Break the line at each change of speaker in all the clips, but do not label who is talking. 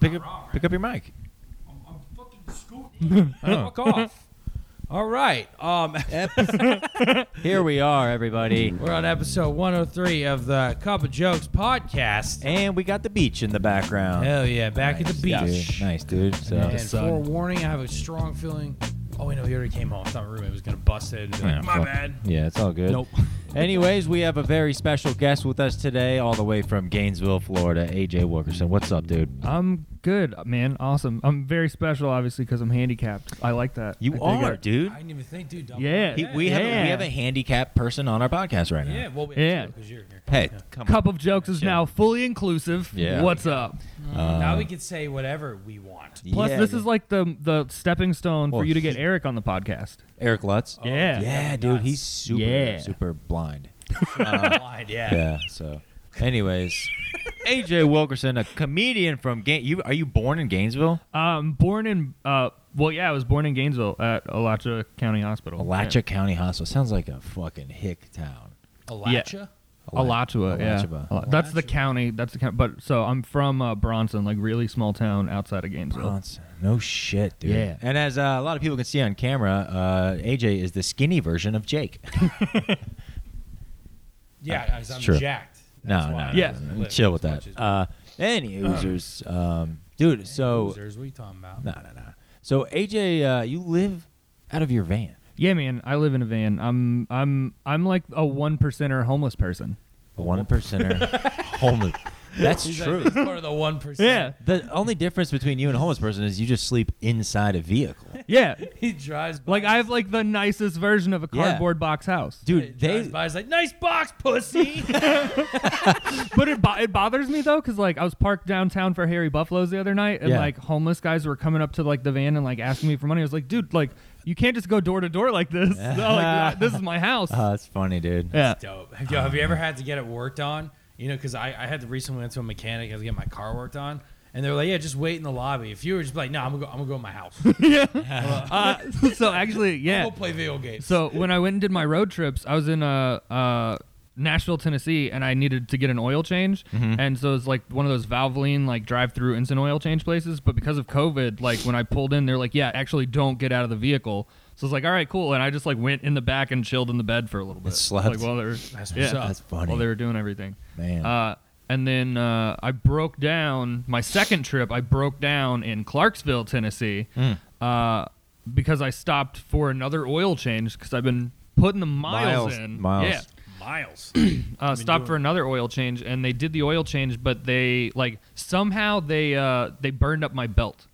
pick
not
up
wrong, right?
pick up your mic.
I'm, I'm fucking scooting. Fuck off. All right. Um,
Ep- Here we are, everybody.
we're on episode 103 of the Cup of Jokes podcast.
And we got the beach in the background.
Hell yeah, back at the
Nice,
beach.
Dude. Nice, uh, dude. So,
And forewarning, I have a strong feeling. Oh wait, no, he already came home. I thought my roommate was gonna bust it. And be like,
Yeah,
My
fuck.
bad.
Yeah, it's all good.
Nope.
Anyways, we have a very special guest with us today, all the way from Gainesville, Florida, AJ Wilkerson. What's up, dude?
I'm good, man. Awesome. I'm very special, obviously, because I'm handicapped. I like that.
You
I dig
are,
it.
dude.
I didn't even think, dude. double
Yeah.
He-
bad.
we, have a, we
Yeah.
have a handicapped person on our podcast right now.
yeah. Well, we
Yeah.
because you're here.
Hey,
Yeah.
come
Cup of Jokes is
Yeah.
now fully inclusive.
Yeah.
What's up?
on. Uh,
now we can say whatever we want.
Plus,
yeah,
this
dude.
is like the the stepping stone
Well,
for you to get
he-
Eric on the podcast.
Eric Lutz.
yeah.
Yeah, dude. He's super,
Yeah.
super blind.
Blind, yeah.
Yeah. So, anyways, AJ Wilkerson, a comedian from Gain. You are you born in Gainesville,
Um, born in uh, well, yeah, I was born in Gainesville at Alachua County Hospital.
Alachua County Hospital? Sounds like a fucking hick town.
Alacha.
Yeah. Alachua, yeah.
Alachua.
Ala- That's the
Alachua.
county. That's the county. But so I'm from uh, Bronson, like really small town outside of Gainesville.
Bronson. No shit, dude.
Yeah.
And as uh, a lot of people can see on camera, uh, AJ is the skinny version of Jake.
Yeah, guys, I'm
Sure.
jacked.
no,
That's why
no,
I
Yeah.
no,
don't
no,
lift
Chill with
as
that.
much as-
Uh, any users, um, dude. So,
Losers, what are you talking about?
no, no, no. So AJ, uh, you live out of your van.
Yeah, man. I live in a van. I'm I'm I'm like a one percenter homeless person.
A one percenter homeless. That's
He's like,
true.
he's part of the one percent.
The only difference between you and a homeless person is you just sleep inside a vehicle.
Yeah.
He drives by.
Like I have like the nicest version of a
Yeah.
cardboard box house.
He
Dude,
drives
they
by. He's like, nice box, pussy.
but it, bo- it bothers me though because like i was parked downtown for harry buffalo's the other night and
Yeah.
like homeless guys were coming up to like the van and like asking me for money i was like dude like you can't just go door to door like this No, like, this is my house
Oh, that's funny, dude.
yeah
Dope. Have you, have you ever had to get it worked on? You know, because I, I had to recently went to a mechanic. I was getting my car worked on, and they were like, "Yeah, just wait in the lobby." If you were just like, "No, I'm gonna go, I'm gonna go in my house. I'm
uh, so actually yeah
gonna play video games."
so when i went and did my road trips i was in uh uh Nashville, Tennessee, and I needed to get an oil change,
Mm-hmm.
and so it's like one of those Valvoline like drive-through instant oil change places. But because of COVID, like when I pulled in, they're like, "Yeah, actually, don't get out of the vehicle." So it's like, "All right, cool," and I just like went in the back and chilled in the bed for a little bit,
slept.
Like, while they were,
That's what's
yeah,
up.
That's funny.
while they were doing everything.
Man.
Uh, and then uh, I broke down my second trip. I broke down in Clarksville, Tennessee, uh, because I stopped for another oil change because I've been putting the miles,
Miles-
in.
miles.
Yeah.
Miles.
Uh,
been
stopped
doing-
for another oil change, and they did the oil change, but they like somehow they uh, they burned up my belt.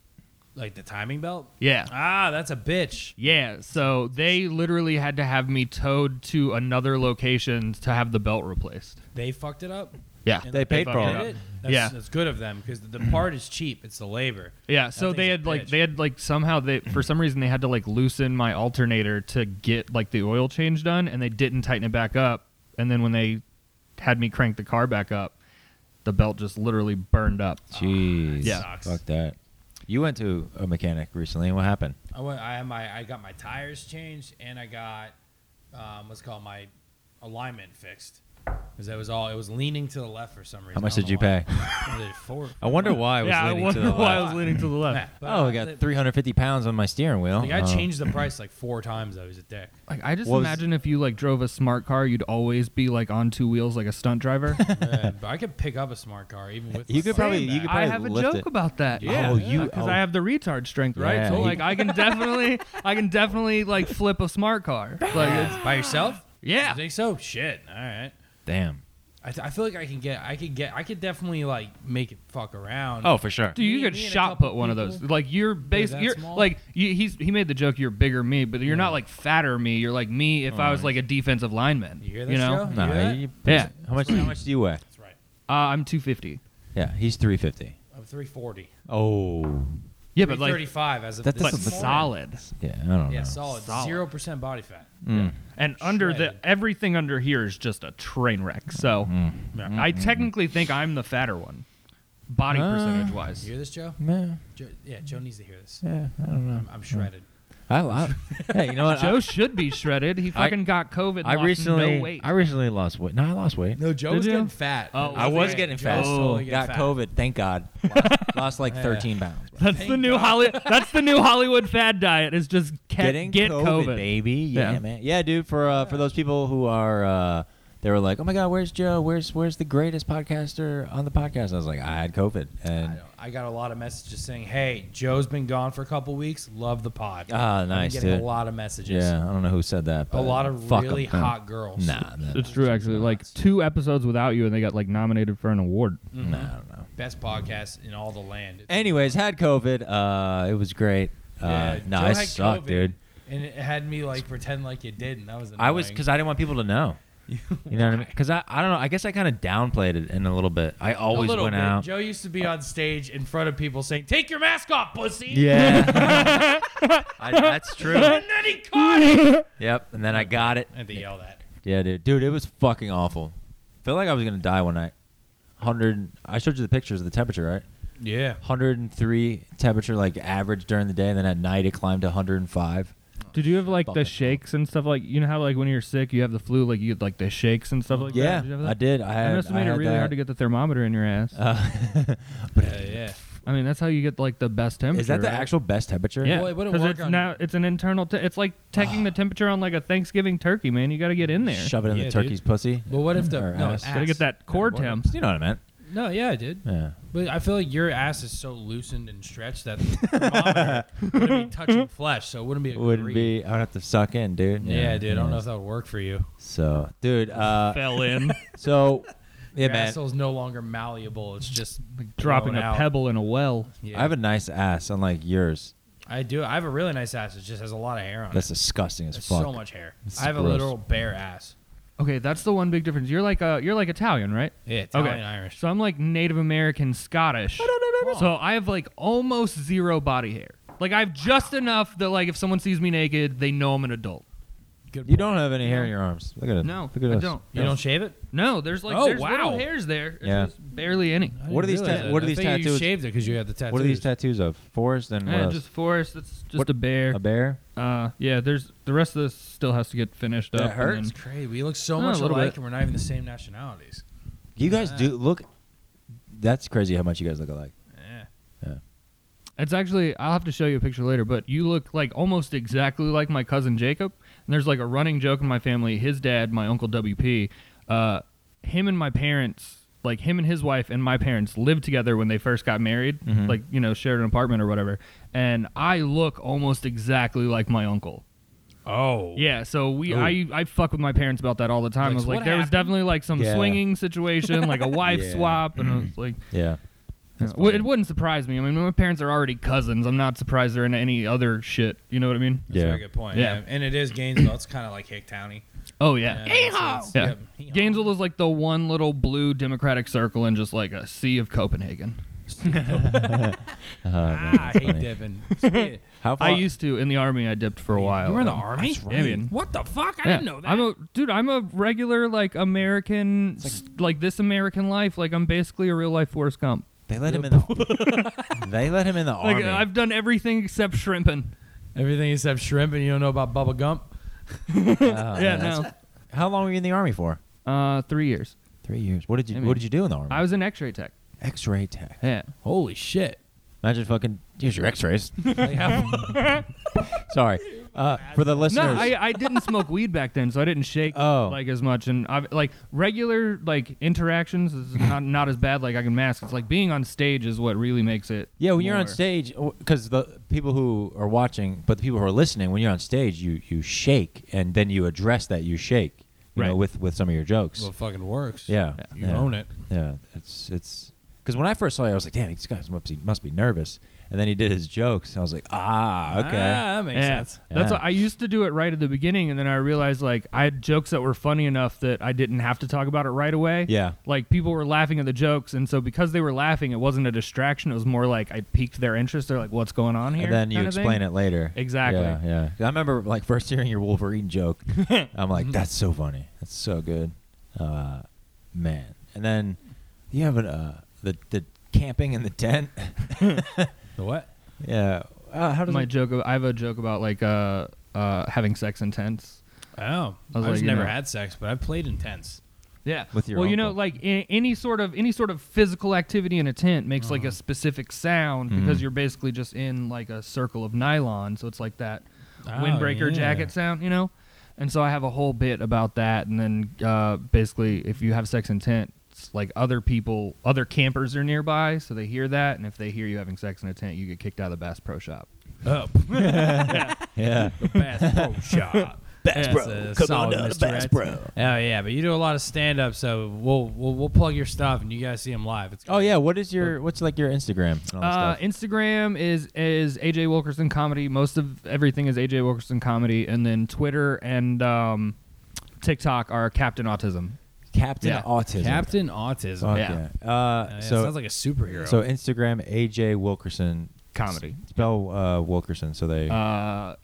like the timing belt.
Yeah.
Ah, that's a bitch.
Yeah, so they literally had to have me towed to another location to have the belt replaced.
They fucked it up.
Yeah.
And
They paid for
fucked
it.
That's,
Yeah.
that's good of them because the part is cheap. It's the labor.
Yeah,
That
so
thing's
they
a
had like
bitch.
they had like somehow they for some reason they had to like loosen my alternator to get like the oil change done and they didn't tighten it back up and then when they had me crank the car back up the belt just literally burned up.
Jeez.
Yeah.
Sucks.
Fuck that. You went to a mechanic recently. and What happened?
I went. I had my. I got my tires changed, and I got um, what's called my alignment fixed. Because that was all. It was leaning to the left for some reason.
How much
I don't
did you
know why.
pay?
I did four.
I wonder why I was
yeah, I
leaning to
wonder
the
why I
left.
was leaning to the
Nah,
left.
but,
Oh,
uh,
I got
the-
350 pounds on my steering wheel.
The guy
Uh,
changed the price like four times. I was a dick.
Like I just
Was-
imagine if you like drove a smart car, you'd always be like on two wheels like a stunt driver.
Yeah, but I could pick up a smart car even with.
You
the
could probably-
same
you
back.
could
I
probably
have a
lift
joke
it.
about that.
Yeah.
Oh, you.
because
oh,
I have the retard strength, right?
Yeah,
so
you-
like I can definitely, I can definitely like flip a smart car. Like it's,
by yourself.
yeah,
You think so? Shit. All right.
Damn.
I, th- I feel like I can get. I could get. I could definitely like make it fuck around.
Oh, for sure.
Dude, you
Me-
could
me and a
shot
couple
put one of those.
people.
Like you're base,
that
you're
small?
like you, he's he made the joke. You're bigger me, but you're not like fatter me. You're like me if I was like a defensive lineman.
You hear that,
know,
Joe?
uh,
Nah,
You hear that?
you-
Yeah.
How much? How much do you weigh?
That's right.
I'm 250.
Yeah, he's 350.
I'm 340.
Oh.
Yeah, but like
335 as of
That's
this
but
a-
morning.
solid
Yeah, I don't
Yeah,
know.
solid.
Solid.
Zero percent body fat.
and under the
Shredded. Mm.
everything under here is just a train wreck. So I technically think I'm the fatter one, body
Ah.
Uh,
percentage wise.
You hear this, Joe?
Yeah,
Joe? Yeah, Joe needs to hear this.
yeah, I don't know.
I'm, I'm shredded.
I I, I, hey, you know what?
Joe should be shredded. He fucking got COVID.
I, I
lost
recently,
no weight.
I recently lost weight. No, I lost weight.
No, Joe
Did
was
you?
getting fat.
Oh,
I was
man,
getting
Joe
fat.
was totally getting
got
fat.
COVID. Thank God. lost like 13 pounds. bro.
that's the
Thank
new
God.
Holly. That's the new Hollywood fad diet. Is just ca-
Getting
get
COVID,
COVID.
baby. Yeah,
Yeah.
man. Yeah, dude. For uh, for those people who are, uh, they were like, "Oh my God, where's Joe? Where's where's the greatest podcaster on the podcast?" I was like, "I had COVID,"
I,
and
don't- I got a lot of messages saying, "Hey, Jo's been gone for a couple weeks. Love the pod."
Ah,
I've been
nice,
Getting
dude.
a lot of messages.
yeah, I don't know who said that. But
a lot of
fuck 'em.
really hot girls.
Nah, nah,
It's true, actually. Like two episodes without you, and they got like nominated for an award.
nah, I don't know.
Best podcast in all the land.
Anyways, had COVID. Uh, it was great. Uh,
Yeah,
no,
Joe
I
had
sucked,
COVID,
dude.
And it had me like pretend like it did, and that was annoying.
I was because I didn't want people to know. You know what I mean? Because I, I don't know. I guess I kind of downplayed it in a little bit. I
A
always
little
went
bit.
out.
Joe used to be on stage in front of people saying, "Take your mask off, pussy."
Yeah, I, that's true.
And then he caught it.
Yep. And then I got it.
And they yelled at.
Yeah, dude. Dude, it was fucking awful. Felt like I was gonna die one night. Hundred. I showed you the pictures of the temperature, right?
Yeah.
103 temperature, like average during the day, and then at night it climbed to 105.
Did you have like
Fuck
the
it.
shakes and stuff? Like you know how like when you're sick, you have the flu, like you had like the shakes and stuff like
yeah,
that. Did you have that?
I did. I had.
I must have
I
made it
had uh,
really
that.
hard to get the thermometer in your ass.
Uh,
Yeah. yeah.
I mean, that's how you get like the best temperature.
is that the
right?
actual best temperature?
Yeah,
Well, it wouldn't
'cause
work
it's
on-
now it's an internal. Te- it's like taking the temperature on like a Thanksgiving turkey, man. You got to get in there.
Shove it in
Yeah,
the
dude.
turkey's pussy.
But what if the
Or
no,
ass.
Gotta get
ass.
that core temp.
You know what I meant?
No, yeah, I did.
Yeah.
But I feel like your ass is so loosened and stretched that the thermometer wouldn't be touching flesh, so it wouldn't be. A
Wouldn't
great-
be. I would have to suck in, dude.
Yeah, dude. I don't know
yeah.
if that would work for you.
So, dude. Uh,
Fell in,
so, yeah,
Your
man.
asshole's no longer malleable. It's just
dropping
blown
a
out.
pebble in a well.
Yeah.
I have a nice ass, unlike yours.
I do. I have a really nice ass. It just has a lot of hair on
That's
it.
disgusting as
There's
fuck.
so much hair.
It's
I have a
gross.
literal bare ass.
Okay, that's the one big difference. You're like uh, you're like Italian, right?
Yeah, Italian
okay.
Irish.
So I'm like Native American Scottish. So I have like almost zero body hair. Like I have just enough that like if someone sees me naked, they know I'm an adult.
Good
You don't have any hair in your arms. Look at it.
No,
Look at
I
us.
don't.
You don't shave it?
No, there's like
Oh,
there's
wow.
little hairs there. It's
Yeah.
just barely any.
What are these?
Really?
Ta- what are
I
these
figured You
tattoos?
shaved it because you had the tattoos.
What are these tattoos of? Forest and what
Yeah,
else?
just forest. It's just
What-
a bear.
a bear.
Uh, yeah. There's the rest of this still has to get finished
That
up. and
hurts?
It's crazy. We look so
No,
much
Oh, a little
alike,
bit.
and we're not even the same nationalities.
You guys
Yeah.
do look. That's crazy how much you guys look alike.
Yeah.
It's actually I'll have to show you a picture later, but you look like almost exactly like my cousin Jacob. And there's like a running joke in my family. His dad, my uncle WP, uh, him and my parents, like him and his wife and my parents lived together when they first got married,
Mm-hmm.
like you know shared an apartment or whatever. And I look almost exactly like my uncle.
Oh.
Yeah, so we
Ooh.
I I fuck with my parents about that all the time.
Like,
I was
so
like,
what
there was
happened?
definitely like some
Yeah.
swinging situation, like a wife
Yeah.
swap, and I
Mm-hmm.
was like.
Yeah.
Yeah,
That's
well,
funny.
it wouldn't surprise me. I mean, my parents are already cousins. I'm not surprised they're into any other shit. You know what I mean?
That's
Yeah.
a very good point.
Yeah.
Yeah. And it is Gainesville. It's kind of like Hick County.
Oh yeah.
Yeah, so it's-
Yeah.
yep, hee-haw.
Gainesville is like the one little blue democratic circle in just like a sea of Copenhagen.
Oh, man,
Ah, I
that's
hate
funny.
Devin. Speaking-
How far?
I used to in the army. I dipped for a while.
You were in the
Um,
army?
right. Yeah, man.
What the fuck? I
yeah.
didn't know that.
I'm a dude. I'm a regular like American, s- like, this American life. Like I'm basically a real life Forrest Gump.
they let him in the. they let him in the
Like
army.
I've done everything except shrimping.
Everything except shrimp, and you don't know about Bubba Gump?
Oh,
yeah,
man, that's- How long were you in the army for?
no. Uh, three years.
Three years. What did you
I
What
mean,
did you do in the army?
I was an X-ray tech.
X-ray tech.
Yeah.
Holy shit.
Imagine fucking use your X-rays. Sorry, uh, for the listeners.
No, I, I didn't smoke weed back then, so I didn't shake
Oh.
like as much. And I've, like regular like interactions is not not as bad. Like I can mask. It's like being on stage is what really makes it.
Yeah, when you're on
more-
stage, because the people who are watching, but the people who are listening, when you're on stage, you you shake and then you address that you shake, you know,
Right.
with with some of your jokes.
Well, it fucking works.
yeah,
You
yeah,
own it.
Yeah, it's it's because when I first saw you, I was like, damn, this guy must be must be nervous, and then he did his jokes, and I was like, ah, okay,
Ah, that makes
Yeah.
sense.
That's
Yeah.
what I used to do it right at the beginning, and then I realized like I had jokes that were funny enough that I didn't have to talk about it right away.
Yeah.
like people were laughing at the jokes, and so because they were laughing, it wasn't a distraction. It was more like I piqued their interest. They're like, "What's going on here?"
and then you explain it later.
Exactly.
Yeah, yeah. 'Cause I remember like first hearing your Wolverine joke. I'm like, that's so funny. That's so good, uh, man. And then you have an, uh, the the camping in the tent.
The what?
yeah, uh, how does
my
it-
joke. I have a joke about like uh, uh, having sex in tents.
Oh,
I
I
was
have
like, you
never
know.
had sex, but I've played in tents.
Yeah.
With your
well, you know,
uncle.
like a- any sort of any sort of physical activity in a tent makes like a
Uh-huh.
specific sound
Mm-hmm.
because you're basically just in like a circle of nylon, so it's like that
Oh,
windbreaker
yeah.
jacket sound, you know. And so I have a whole bit about that, and then uh, basically, if you have sex in tents, like other people, other campers are nearby, so they hear that, and if they hear you having sex in a tent, you get kicked out of the Bass Pro Shop.
Oh,
yeah.
Bass Pro Shop. Bass
Pro. Come on down to Bass Pro.
Oh yeah, but you do a lot of stand up, so we'll, we'll we'll plug your stuff and you guys see them live. It's
Oh yeah. What is your what's like your Instagram? And all that
Uh,
stuff?
Instagram is is AJ Wilkerson comedy. Most of everything is AJ Wilkerson comedy, and then Twitter and um, TikTok are Captain Autism.
Captain
yeah.
Autism.
Captain Autism.
Fuck
yeah.
yeah. Uh,
Uh, yeah,
so
sounds like a superhero.
so Instagram AJ Wilkerson
Comedy.
S- Spell uh, Wilkerson so they
Uh,
I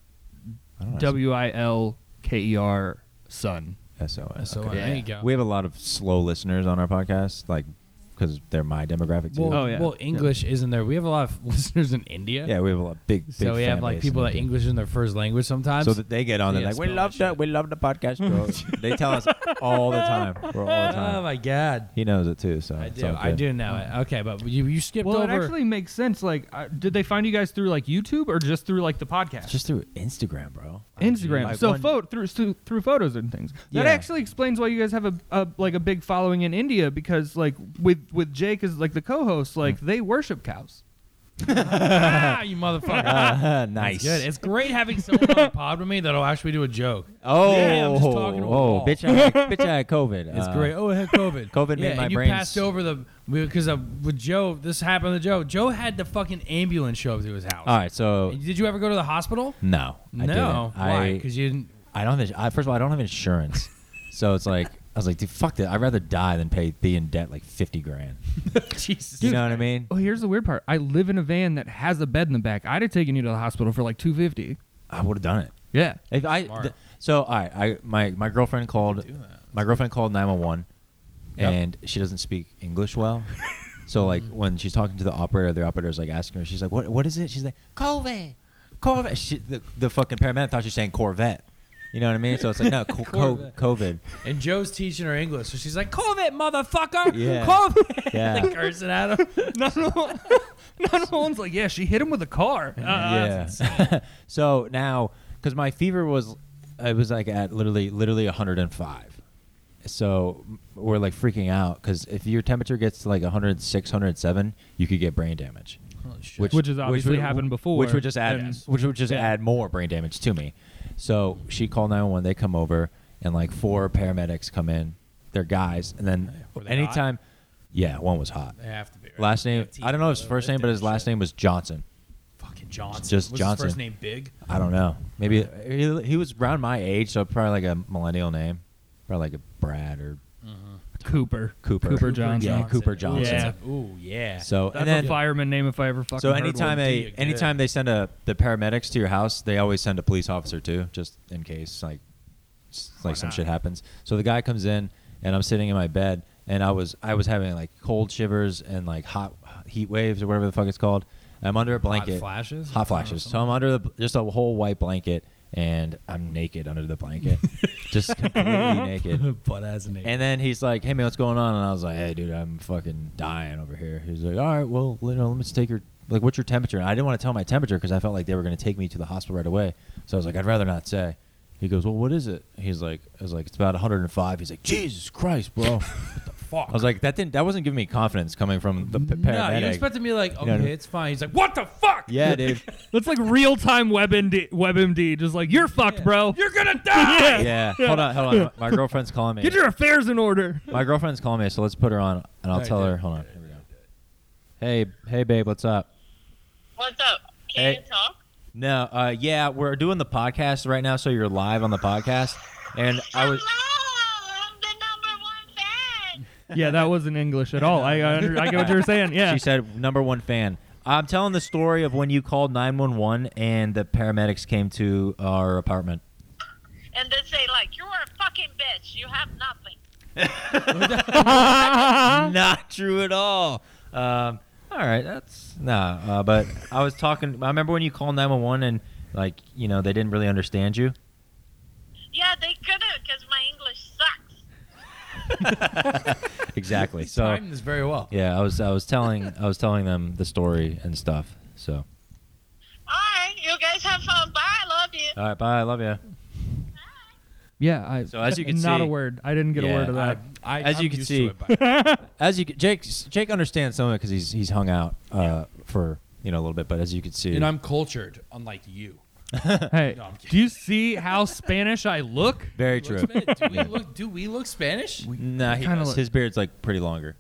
don't know,
W I L K E R Sun.
S O S.
so
Okay.
uh, there you go.
We have a lot of slow listeners on our podcast, like because they're my demographic too.
well,
Oh, yeah.
well, English isn't there. We have a lot of listeners in India.
yeah, we have a lot big. big
So we have
fan
like
base
people
in
that
India.
English is their first language sometimes.
So that they get on, they're
Yeah,
like, "We
spell
love
that
that.
shit.
We love the podcast, bro." they tell us all the time. We're all the
oh
time.
my god.
he knows it too, so
I
it's
do.
all
I
good.
do know it. Okay, but you you skipped
Well, it
over.
actually makes sense. Like, uh, did they find you guys through like YouTube or just through like the podcast?
Just through Instagram, bro.
Instagram.
Like
so
one-
photo through through through photos and things.
Yeah.
That actually explains why you guys have a, a like a big following in India because like with with Jake as like the co-host, like
Mm.
they worship cows.
ah, you motherfucker.
nice.
Good. It's great having someone on a pod with me that'll actually do a joke.
Oh,
Yeah, I'm just talking to a
oh,
wall.
bitch! I had, bitch, I had COVID.
It's
Uh,
great. Oh, I had COVID.
COVID made
yeah,
my
and you
brains-
passed over the because uh, with Joe, this happened to Joe. Joe had the fucking ambulance show up to his house.
All right, so
Did you ever go to the hospital?
no, Uh, I
no.
didn't.
Why?
I,
Because you didn't.
I don't have. ins- I, first of all, I don't have insurance, so it's like I was like, dude, fuck that. I'd rather die than pay be in debt like fifty grand.
Jesus.
you know what I mean?
Oh, here's the weird part. I live in a van that has a bed in the back. I'd have taken you to the hospital for like two fifty.
I would have done it.
Yeah.
If I
Smart.
th- so all right, I my my girlfriend called
do that.
my girlfriend called 911
Yep.
and she doesn't speak English well. so like when she's talking to the operator, the operator's like asking her she's like what what is it? She's like COVID. COVID. She, the, the fucking paramedic thought she was saying Corvette. You know what I mean? So it's like no, co- co-
Corvette.
COVID.
And Joe's teaching her English, so she's like, "COVID, motherfucker!
Yeah.
COVID!"
Yeah.
like cursing at him.
None of the none of the ones like, yeah, she hit him with a car. Uh,
yeah. so now, because my fever was, it was like at literally, literally 105. So m- we're like freaking out because if your temperature gets to like 106, 107, you could get brain damage.
Which,
Which has obviously
would-
happened before.
Which would just add,
And-
which would just add more brain damage to me. So she called 911. They come over and like four paramedics come in. They're guys, and then
Were they
anytime, yeah, one was hot.
they have to be right?
Last name, I don't know his
They
first name, but his
did
last
shit.
name was Johnson.
fucking Johnson.
just
Was
Johnson.
His first name Big.
I don't know. Maybe he, he was around my age, so probably like a millennial name, probably like a Brad or
Cooper.
Cooper.
Cooper Johnson.
Yeah, Cooper Johnson.
Yeah. Ooh, yeah.
So
That's
and then
a fireman name if I ever fucking
so
heard
anytime
one.
Do you
a
good.
anytime they send a the paramedics to your house, they always send a police officer too, just in case like s-
Why
like some
not?
shit happens. So the guy comes in and I'm sitting in my bed and I was I was having like cold shivers and like hot heat waves or whatever the fuck it's called. I'm under a blanket. Hot
flashes? I don't know,
flashes. So
something
I'm under the just a whole white blanket and I'm naked under the blanket. just completely naked.
but as an
And then he's like, "Hey man, what's going on?" And I was like, "Hey dude, I'm fucking dying over here." He's like, "All right, well, you know, let me just take your like, what's your temperature?" And I didn't want to tell my temperature because I felt like they were going to take me to the hospital right away. So I was like, "I'd rather not say." He goes, "Well, what is it?" He's like, "I was like, it's about 105." He's like, "Jesus Christ, bro!"
fuck.
I was like, "That didn't, that wasn't giving me confidence coming from the p-
no, you
paramedic."
expect to be like, okay,
know what I mean?
it's fine. He's like, what the fuck?
yeah, dude.
That's like real time WebMD, WebMD, just like you're fucked, bro.
You're gonna die.
Yeah. Hold on, hold on. My girlfriend's calling me.
Get your affairs in order.
My girlfriend's calling me, so let's put her on, and I'll
Alright,
tell
dude.
her. Hold on. Here we go. Hey, hey, babe, what's up?
What's up? Can
Hey.
you talk?
No, uh, yeah, we're doing the podcast right now, so you're live on the podcast, and I was.
Hello, I'm the number one fan.
yeah, that wasn't English at all. I I, under, I get what you were saying. Yeah.
She said number one fan. I'm telling the story of when you called 911 and the paramedics came to our apartment.
And they say like, you are a fucking bitch. You have nothing.
Not true at all. Um, All right, that's nah. Uh, but I was talking. I remember when you called nine one one and like you know they didn't really understand you.
Yeah, they couldn't because my English sucks.
Exactly.
He's
So
timed this very well.
yeah, I was I was telling I was telling them the story and stuff. So
All right, you guys have fun. Bye. I love you.
all right, bye. I love you.
Yeah. I,
So as you can
not a
see-
word. I didn't get a
Yeah,
word of
I,
that.
I,
As
I'm
you can
used
see-
to it by now.
As you c- Jake Jake understands some of it because he's he's hung out uh, for you know a little bit. But as you can see,
and I'm cultured, unlike you.
hey,
No, I'm kidding.
do you see how Spanish I look?
very true.
Look, man, do, we look, do we look Spanish?
Nah, he
Kinda
does.
look-
his beard's like pretty longer.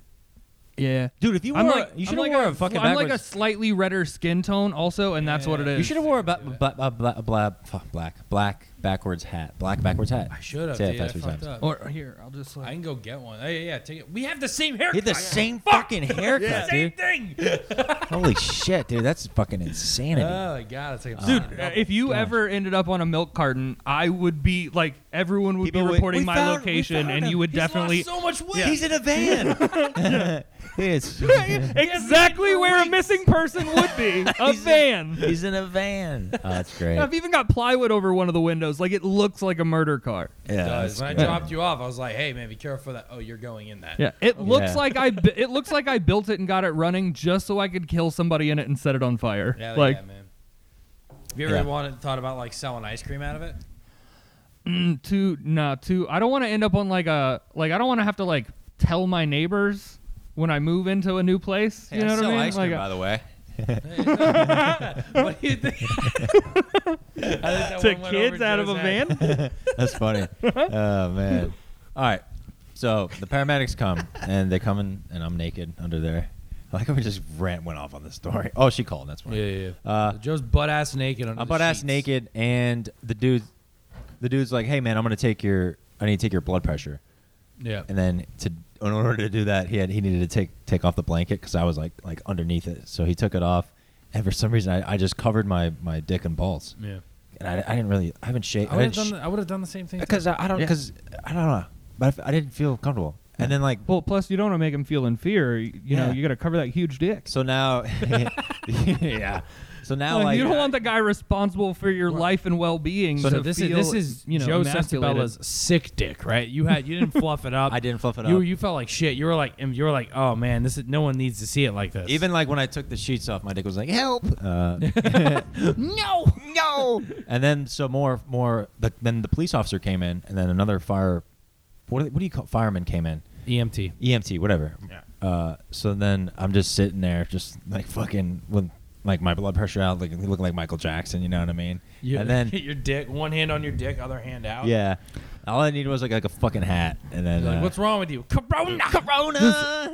Yeah.
Dude, if you
I'm
wore,
like
you
I'm
should have
like
wore a,
a
fucking.
I'm like a
backwards-
slightly redder skin tone also, and that's what it is.
You should have wore a ba- ba- ba- bla- bla- fuck, black, black backwards hat, black backwards hat.
I should have.
Say it
dude. I
fast three
fucked
times.
up.
Or here, I'll just.
I
Like,
can go get one. Hey, yeah, yeah, take it. We have the same haircut.
He had the same fucking haircut,
same
dude.
thing.
Holy shit, dude, that's fucking insanity.
Oh my god, it's like
Dude, uh, if you ever ended up on a milk carton, I would be like everyone would
People
be
would-
reporting
"We
my
found- we
location,
found
and
him.
you would
He's
definitely
lost so much weight.
He's in a van. It's-
exactly where a missing person would be a van.
he's in a van. Oh, that's great.
I've even got plywood over one of the windows, like it looks like a murder car.
Yeah,
does.
that's
When I
great.
dropped you off, I was like, "Hey, man, be careful that. Oh, you're going in that.
Yeah, it looks
Yeah.
like I bu- it looks like I built it and got it running just so I could kill somebody in it and set it on fire.
yeah,
like
yeah, man. Have you ever
Yeah.
wanted thought about like selling ice cream out of it?
too nah too i don't want to end up on like a like i don't want to have to like tell my neighbors when i move into a new place you know what i mean like
the way.
what do you think? I think that
take
one went
kids
over
out of a
Joe's head.
van
That's funny. oh man. All right. So the paramedics come and they come in and I'm naked under there. I Like how we just rant went off on this story. Oh, she called. That's why.
Yeah, yeah. yeah.
Uh,
Joe's butt ass naked under.
I'm
the
butt ass
sheets.
naked, and the dude, the dude's like, "Hey man, I'm gonna take your, I need to take your blood pressure."
Yeah.
And then to, in order to do that, he had he needed to take take off the blanket because I was like like underneath it, so he took it off, and for some reason I, I just covered my my dick and balls,
yeah.
and I, I didn't really I haven't shaved
I would have done. The, I would have done the same thing.
because I, I don't
Yeah.
because I don't know, but I f- I, didn't feel comfortable, and then like
well plus you don't want to make them feel in fear you know
Yeah.
you got to cover that huge dick
so now, yeah, so now
Like,
like
you don't want the guy responsible for your life and well-being
So
to
this is
feel,
this is
you know
Joe
emasculated.
Santabella's sick dick, right? You had you didn't fluff it up.
I didn't fluff it
you
up.
you felt like shit. You were like and you were like, oh man, this is no one needs to see it like this.
Even like when I took the sheets off, my dick was like, "Help!" Uh,
no,
no. And then so more, more. The, then the police officer came in, and then another fire. What, do they- what do you call fireman came in?
EMT.
EMT, whatever. Yeah. Uh, so then I'm just sitting there, just like fucking with like my blood pressure out, like looking like Michael Jackson. You know what I mean?
You,
and then
your dick, one hand on your dick, other hand out.
yeah, all I needed was like like a fucking hat, and then
Like,
uh,
what's wrong with you? Corona.
Corona?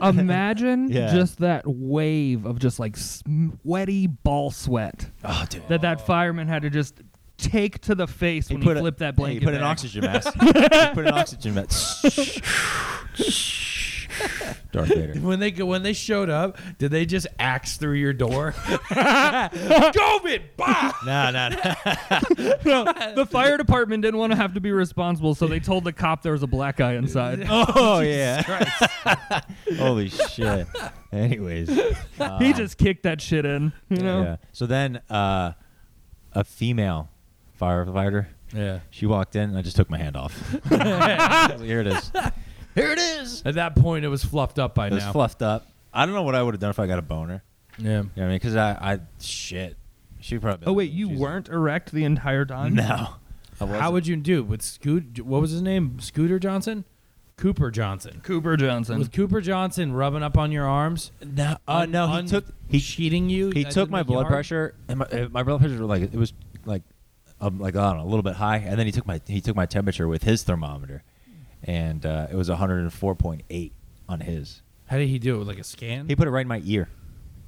imagine
Yeah.
just that wave of just like sweaty ball sweat
oh, dude.
that that fireman had to just take to the face when he
a-
flipped that
yeah,
blanket
He put an
back.
oxygen mask. he put an oxygen mask. Darth Vader.
When they go, when they showed up, did they just axe through your door? COVID, bah!
No, no, no.
No, the fire department didn't want to have to be responsible, so they told the cop there was a black guy inside.
Oh yeah. Holy shit. Anyways.
he just kicked that shit in, you know.
Yeah. So then uh, a female firefighter,
Yeah.
she walked in and I just took my hand off. I was like, Here it is. Here it is.
At that point, it was fluffed up by
It was
now.
fluffed up. I don't know what I would have done if I got a boner.
yeah.
You know what I mean? Because I, I, shit. She probably.
Oh wait, you
she's-
weren't erect the entire time?
No. I wasn't.
How would you do with Scoot? What was his name? Scooter Johnson, Cooper Johnson.
Cooper Johnson.
With Cooper Johnson rubbing up on your arms,
No, uh,
Un-
no. He
un-
took he
cheating you.
He
That
took
didn't
my
make you
blood
hard?
pressure, and my, uh, my blood pressure was like it was like, um, like I don't know, a little bit high. And then he took my he took my temperature with his thermometer, and uh, it was 104.8 on his.
How did he do it? With like a scan?
He put it right in my ear.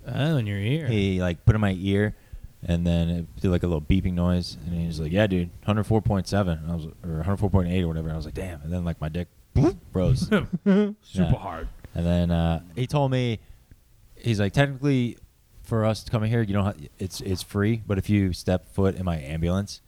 oh, in your ear.
He like put it in my ear, and then it did like a little beeping noise, and he was like, "Yeah, dude, 104.7." And I was or 104.8 or whatever. And I was like, "Damn!" And then like my dick rose.
Super
Yeah.
hard.
And then uh, he told me, he's like, technically, for us to come in here, you don't. Have, it's it's free, but if you step foot in my ambulance,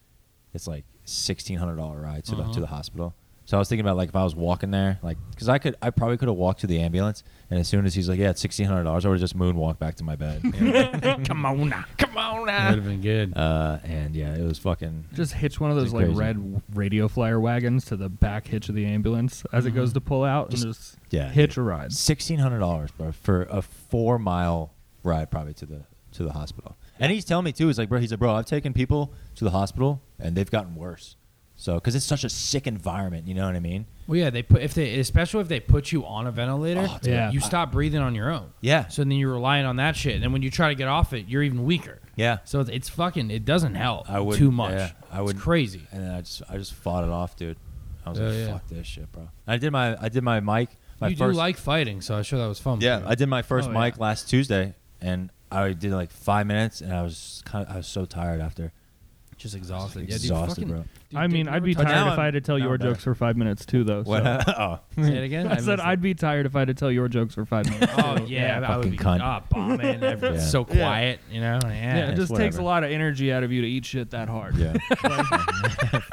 it's like sixteen hundred dollar ride to the
Uh-huh.
to the hospital. So I was thinking about like if I was walking there, like because I could, I probably could have walked to the ambulance, and as soon as he's like, "Yeah, it's sixteen hundred dollars," I would have just moonwalked back to my bed. you know?
Come on now. Come on
That would
now.
have been good.
uh, and yeah, it was fucking.
Just hitch one of those
It's
like
crazy.
red w- radio flyer wagons to the back hitch of the ambulance as it goes to pull out and just
Mm-hmm. yeah,
hitch
dude.
a ride.
Sixteen hundred dollars, bro, for a four mile ride probably to the to the hospital. And he's telling me too, he's like, bro, he's like, bro, I've taken people to the hospital and they've gotten worse. So, because it's such a sick environment, you know what I mean?
Well, yeah, they put if they especially if they put you on a ventilator,
Oh,
dude. Yeah.
you stop breathing on your own.
Yeah.
So then you're relying on that shit, and then when you try to get off it, you're even weaker.
Yeah.
So it's, it's fucking. It doesn't help.
I would
too much.
yeah, I would
It's crazy.
And then I just I just fought it off, dude. I was
Oh,
like,
yeah.
fuck this shit, bro. I did my I did my mic. My
you
first,
do like fighting, so I'm sure that was fun.
Yeah, I did my first
Oh,
mic
yeah.
last Tuesday, and I did like five minutes, and I was kind of, I was so tired after.
Just exhausted.
Just
yeah, dude,
exhausted,
fucking-
bro.
dude,
I
did
mean,
you
I'd
ever
be
touch-
Now
tired if
I'm-
I had to tell
now
your
I'm better.
jokes for five minutes too, though. so-
What? oh,
Say it again.
I said
missed
I'd
it.
be tired if I had to tell your jokes for five minutes.
Oh
too.
yeah, I would
Fucking
be.
cunt.
Ah, oh, man, everyone's
Yeah.
so quiet. You know.
Yeah,
Yeah.
it
it's
just takes
whatever.
a lot of energy out of you to eat shit that hard.
yeah.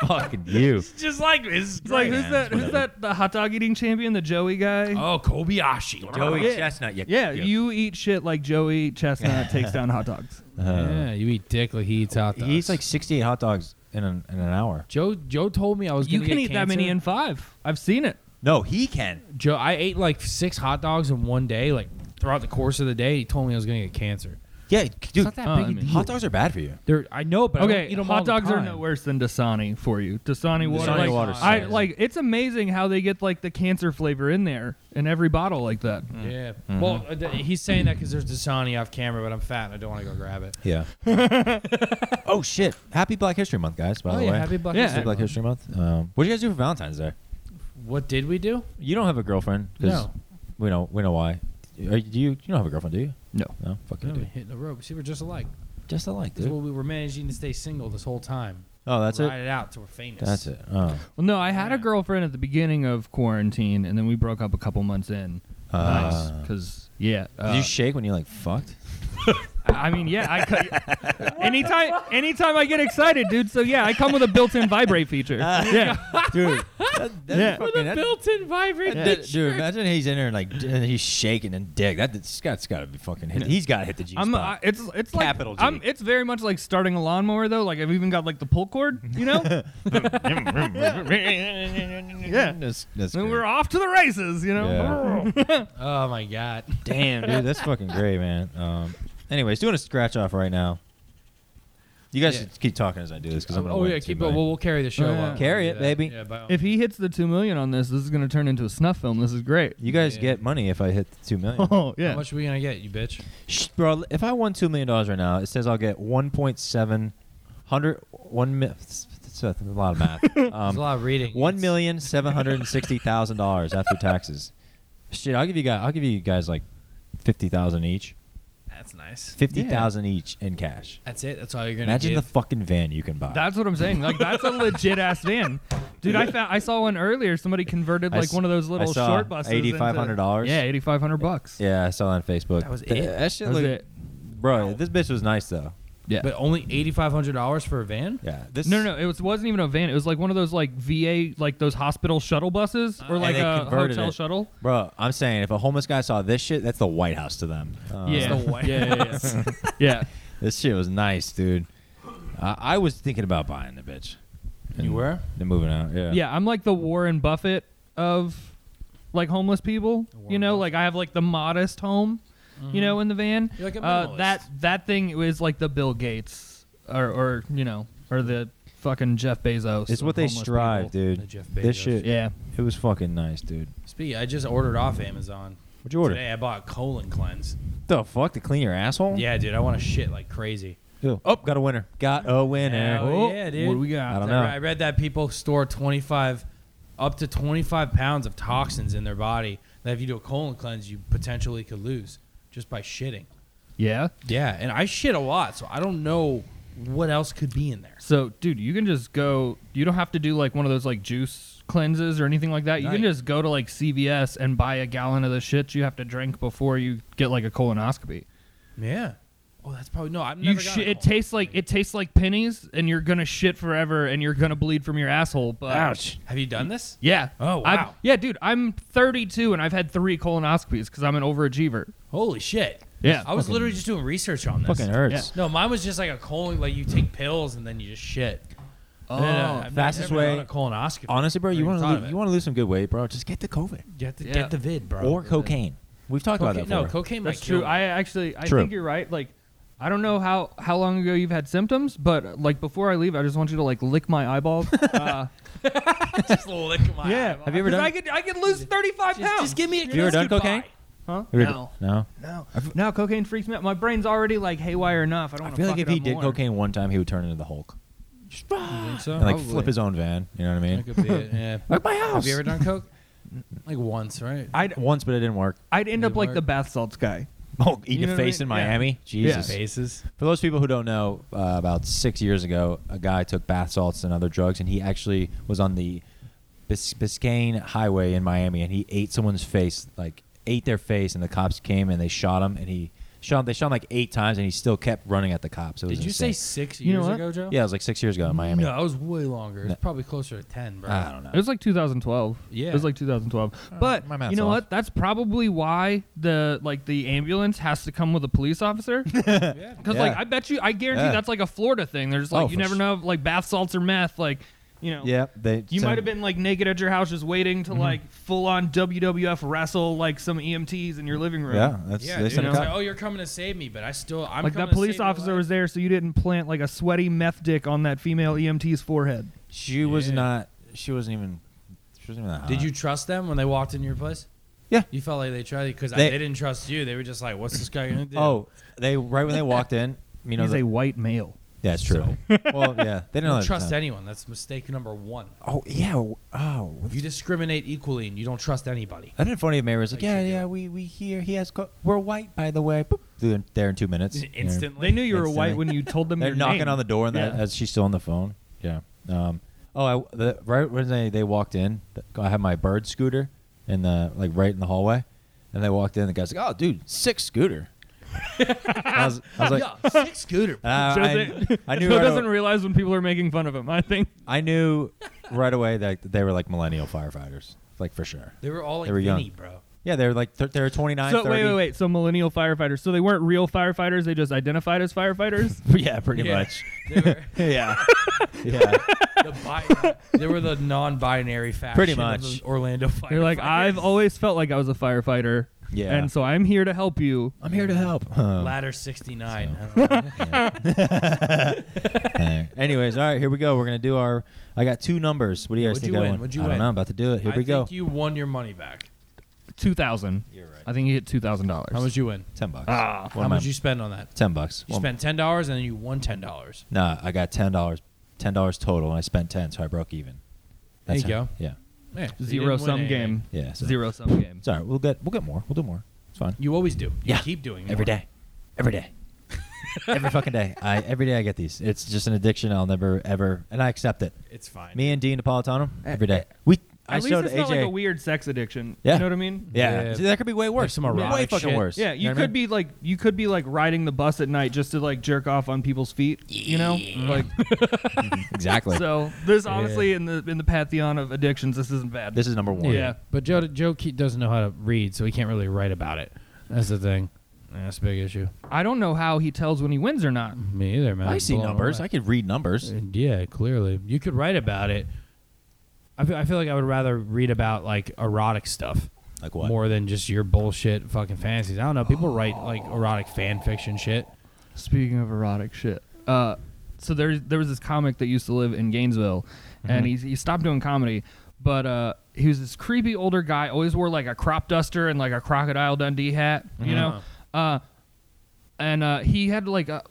Fucking you.
Just like this.
It's like who's
man,
that? Who's
whatever.
that? The hot dog eating champion, the Joey guy.
Oh, Kobayashi.
Yeah.
Chestnut.
yeah, you eat shit like Joey Chestnut takes down hot dogs.
yeah, you eat dick like he eats hot dogs.
He eats Uh-huh. like 68 hot dogs in an, in an hour.
Joe. Joe told me I was.
You
gonna
can
get
eat that many
cancer.
in five. I've seen it.
No, he can.
Joe, I ate like six hot dogs in one day, like throughout the course of the day. He told me I was going to get cancer.
Yeah, dude.
not that
Oh, big a I mean- deal.
Hot dogs are bad for you.
They're, I know, but I
okay,
don't eat them all
hot
the
dogs are
time.
no worse than Dasani for you. Dasani water.
Dasani
like,
water
I
sucks.
like. It's amazing how they get like the cancer flavor in there in every bottle like that.
Mm-hmm.
Yeah. Well, uh, th- he's saying that because there's Dasani off camera, but I'm fat and I don't want to go grab it.
Yeah. oh shit! Happy Black History Month, guys. By
oh,
the
yeah.
way,
Happy Black
Yeah.
History
Happy Black
Month.
History Month. Um, what do you guys do for Valentine's Day?
What did we do?
You don't have a girlfriend. 'cause
No.
We know. We know why. Are you, do you? You don't have a girlfriend, do you?
No.
No. Fucking
No, we
do.
hit the rope. See, we're just alike.
Just alike,
Because well,
dude.
we were managing to stay single this whole time.
Oh, that's
Ride
it.
it out till we're famous.
That's it. Oh.
Well, no, I had a girlfriend at the beginning of quarantine, and then we broke up a couple months in. Nice,
Uh.
because yeah, uh,
Did you shake when you like fucked?
I mean, yeah, I cu- anytime, anytime I get excited, dude. So yeah, I come with a built-in vibrate feature. yeah,
dude. That, Ah. that's
Yeah.
fucking- that-
Built-in vibrate.
that- dude, imagine he's in there and like and he's shaking and dick. That Scott's got to be fucking hit. He's got to hit the G
I'm. I,
spot.
it's it's like
Capital G.
I'm. It's very much like starting a lawnmower though. Like I've even got like the pull cord, you know. yeah.
that's, that's
And
great.
we're off to the races, you know.
Oh, my God.
Damn, dude, that's fucking great, man. Um, anyways, doing a scratch off right now. You guys
Yeah.
should keep talking as I do this because I'm gonna.
oh,
win
yeah.
too,
Keep it.
buddy.
We'll, we'll carry the show
Oh, yeah.
on.
Carry
Yeah,
it, baby.
Yeah, by all
If he hits the two million on this, this is gonna turn into a snuff film. This is great.
You guys
Yeah.
get money if I hit the two million.
Oh
How
yeah.
much are we gonna get, you bitch?
Shh, bro, if I won two million dollars right now, it says I'll get one point seven hundred one. mi- That's a lot of math.
There's a
Um,
lot of reading.
one
It's-
million seven hundred and sixty thousand dollars after taxes. Shit, I'll give you guys. I'll give you guys like fifty thousand each.
That's nice.
Fifty thousand each in cash.
That's it. That's all you're gonna
Imagine the
give.
fucking van you can buy.
That's what I'm saying. Like that's a legit ass van, dude. I found, I saw one earlier. Somebody converted
I
like
s-
one of those
I
little
saw
short buses. into-
$8,500.
Yeah, eighty five hundred bucks.
yeah, I saw that on Facebook.
That was
Th-
it?
That shit
That was
looked-
it.
Bro, this bitch was nice though.
Yeah.
but only eighty five hundred dollars for a van.
Yeah. This
no, no, no, it was, wasn't even a van. It was like one of those like VA, like those hospital shuttle buses, or
And
like
they
a
converted
hotel
it.
shuttle.
Bro, I'm saying if a homeless guy saw this shit, that's the White House to them. Uh,
yeah.
the White
yeah, yeah, yeah, yeah.
This shit was nice, dude. I, I was thinking about buying the bitch.
You were?
Then moving out. Yeah.
Yeah, I'm like the Warren Buffett of like homeless people. You
Warren Mm-hmm.
know, like I have like the modest home, you know, in the van.
You're like a
uh,
minimalist.
that that thing is like the Bill Gates or or you know or the fucking Jeff Bezos.
It's
of
what they
homeless
strive,
people.
dude.
The Jeff
This
Bezos.
shit.
Yeah.
It was fucking nice, dude.
Speaking, I just ordered off Amazon.
What'd you order?
Today I bought a colon cleanse.
The fuck to clean your asshole?
Yeah, dude, I want to shit like crazy.
Ew. Oh, got a winner. Got a winner.
Hell
Oh,
yeah, dude.
what do we got?
I don't
I
know.
re- I read that people store twenty five, up to twenty five pounds of toxins in their body. That if you do a colon cleanse, you potentially could lose just by shitting.
Yeah.
Yeah, and I shit a lot, so I don't know what else could be in there.
So, dude, you can just go. You don't have to do like one of those like juice cleanses or anything like that. You
Right.
can just go to like CVS and buy a gallon of the shit you have to drink before you get like a colonoscopy.
Yeah. oh, that's probably no. I'm
You sh- it tastes like it tastes like pennies, and you're gonna shit forever, and you're gonna bleed from your asshole. But
Have you done this?
Yeah.
Oh,
I've-
wow.
yeah, dude. I'm 32 and I've had three colonoscopies because I'm an overachiever.
Holy shit.
Yeah.
I was
Fucking-
literally just doing research on this.
Fucking hurts.
No, mine was just like a colon. Like you take pills and then you just shit.
Oh,
fastest way-
A colonoscopy.
Honestly, bro,
Never
you
even
want
thought of
to
it.
you want to lose some good weight, bro. Just get the COVID
get the
Yeah.
get the vid, bro.
or cocaine. We've talked
cocaine,
about that.
no,
before.
cocaine.
That's
might
true.
Kill
I actually, I
True.
think you're right. Like, I don't know how how long ago you've had symptoms, but like before I leave, I just want you to like lick my eyeballs. uh,
just lick my.
yeah.
eyeball.
Have you ever
'Cause
done-
I could I could lose 35
Just,
pounds.
just give me a.
you ever done
kiss
cocaine?
goodbye.
huh?
Have you ever-
No.
no.
No. No. Cocaine freaks me out. My brain's already like haywire enough. I don't.
I
wanna
feel
fuck
like if
it
he
up
did
more.
cocaine one time, he would turn into the Hulk
You think so? Oh,
and like
Probably.
flip his own van. You know what I mean?
That could be it. Yeah.
Like my house.
Have you ever done coke? Like once, right?
I'd
Once, but it didn't work.
I'd end
Did
up like
work.
the bath salts guy.
Oh, eat
You know
a
what I
face
mean?
in
Yeah.
Miami. Jesus.
Faces.
For those people who don't know, uh, about six years ago, a guy took bath salts and other drugs, and he actually was on the Bis- Biscayne Highway in Miami, and he ate someone's face, like ate their face, and the cops came and they shot him, and he shot. They shot him like eight times, and he still kept running at the cops. It was
Did you say
insane.
six
You know
years
what?
ago, Joe?
Yeah, it was like six years ago in Miami.
No, it was way longer. It's
No.
probably closer to ten, bro.
I don't know.
It was like 2012.
Yeah.
It was like 2012. but
Uh, my math's
you know
off.
what? That's probably why the like the ambulance has to come with a police officer. Because
Yeah.
like
Yeah.
I bet you, I guarantee
Yeah.
that's like a Florida thing. There's like
Oh,
you
for
never
sure.
know if, like bath salts or meth. Like you know.
Yeah, Mm-hmm. they.
You
sent-
might have been like naked at your house, just waiting to like full on WWF wrestle like some EMTs in your living room.
Yeah, that's
Yeah,
they
dude,
sent a
it's
cop.
like, oh, you're coming to save me, but I still I'm
like
coming
that
to
police
save your
officer
life.
was there, so you didn't plant like a sweaty meth dick on that female EMT's forehead.
oh,
She was
Yeah.
not. She wasn't even. She wasn't even that
uh, Did
hot.
you trust them when they walked into your place?
Yeah.
You felt like they tried because they,
They-
didn't trust you. They were just like, "What's this guy gonna do?"
Oh, they right when they walked in. You know,
He's
the-
a white male.
Yeah, it's true. well, yeah, they
you
didn't
don't trust
that.
anyone. That's mistake number one.
Oh yeah. w- Oh,
You discriminate equally, and you don't trust anybody.
that'd been funny if Mary was like,
Like
yeah,
she
yeah, we we here. He has. Co- we're white, by the way. Boop. They're there in two minutes. Yeah.
Instantly,
They knew you were
Instantly.
white when you told them.
They're
your
knocking
name.
on the door, and
Yeah.
that, as she's still on the phone. Yeah. Um. Oh, I, the, right when they, they walked in, th- I had my bird scooter in the like right in the hallway, and they walked in. The guy's like, "Oh, dude, sick scooter." I was, I was like,
yeah, six scooter.
and uh, I-
Joe
I, I knew.
Joe
right
doesn't
away-
realize when people are making fun of him. I think
I knew right away that they were like millennial firefighters, like for sure.
they were all like
They were young.
Vinny, bro.
Yeah, they were like th- they were 29,
so.
30.
Wait, wait, wait. So millennial firefighters. So they weren't real firefighters. They just identified as firefighters.
yeah, pretty
Yeah.
much.
They were
yeah, yeah.
the bi- they were the non-binary faction.
Pretty
of
much.
the Orlando Fire.
They're like, I've always felt like I was a firefighter.
Yeah.
And so I'm here to help you.
I'm here to help. Um,
ladder sixty nine. That
anyways, all right, here we go. We're gonna do our. I got two numbers. What do you guys
What'd
think?
you
I
win?
won?
What'd you
I don't
win?
know. I'm about to do it. Here
I
we go.
Think you won your money back.
Two thousand.
You're right.
I think you hit two thousand dollars.
How much you win?
ten bucks.
Ah,
One
How
of my-
much you spend on that?
ten bucks.
You
One-
spent ten dollars and then you won ten dollars.
Nah, I got ten dollars. Ten dollars total, and I spent ten, so I broke even.
There
That's
you
how-
go.
Yeah.
Zero sum game.
Yeah. So.
Zero sum game.
It's all right. We'll get we'll get more. We'll do more. It's fine.
You always do. You
Yeah.
keep doing
every day, every day, every fucking day. I every day I get these. It's just an addiction. I'll never ever, and I accept it.
It's fine.
Me and Dean Napolitano
Eh,
every day. We I
At least
showed
it's
AJ.
not like a weird sex addiction.
Yeah.
You know what I mean?
yeah,
Yeah.
See, that could be way worse.
some
way
erotic
fucking
shit.
worse.
Yeah, you
know what I
could be like you could be like riding the bus at night just to like jerk off on people's feet, you know? Like
mean? exactly.
so this honestly in the in the pantheon of addictions this isn't bad.
this is number one.
Yeah.
But Joe Joe Ke- doesn't know how to read, so he can't really write about it. That's the thing. Yeah, that's a big issue.
I don't know how he tells when he wins or not.
Me either, man.
I see
Blown
numbers.
away.
I could read numbers.
Uh, yeah, clearly you could write about it. I feel, I feel like I would rather read about like erotic stuff.
Like what?
More than just your bullshit fucking fantasies. I don't know. People write like erotic fan fiction shit.
Speaking of erotic shit, uh, so there there was this comic that used to live in Gainesville, and
Mm-hmm.
he he stopped doing comedy, but uh, he was this creepy older guy. Always wore like a crop duster and like a crocodile Dundee hat, you know.
Mm-hmm.
Uh, and uh, he had like a,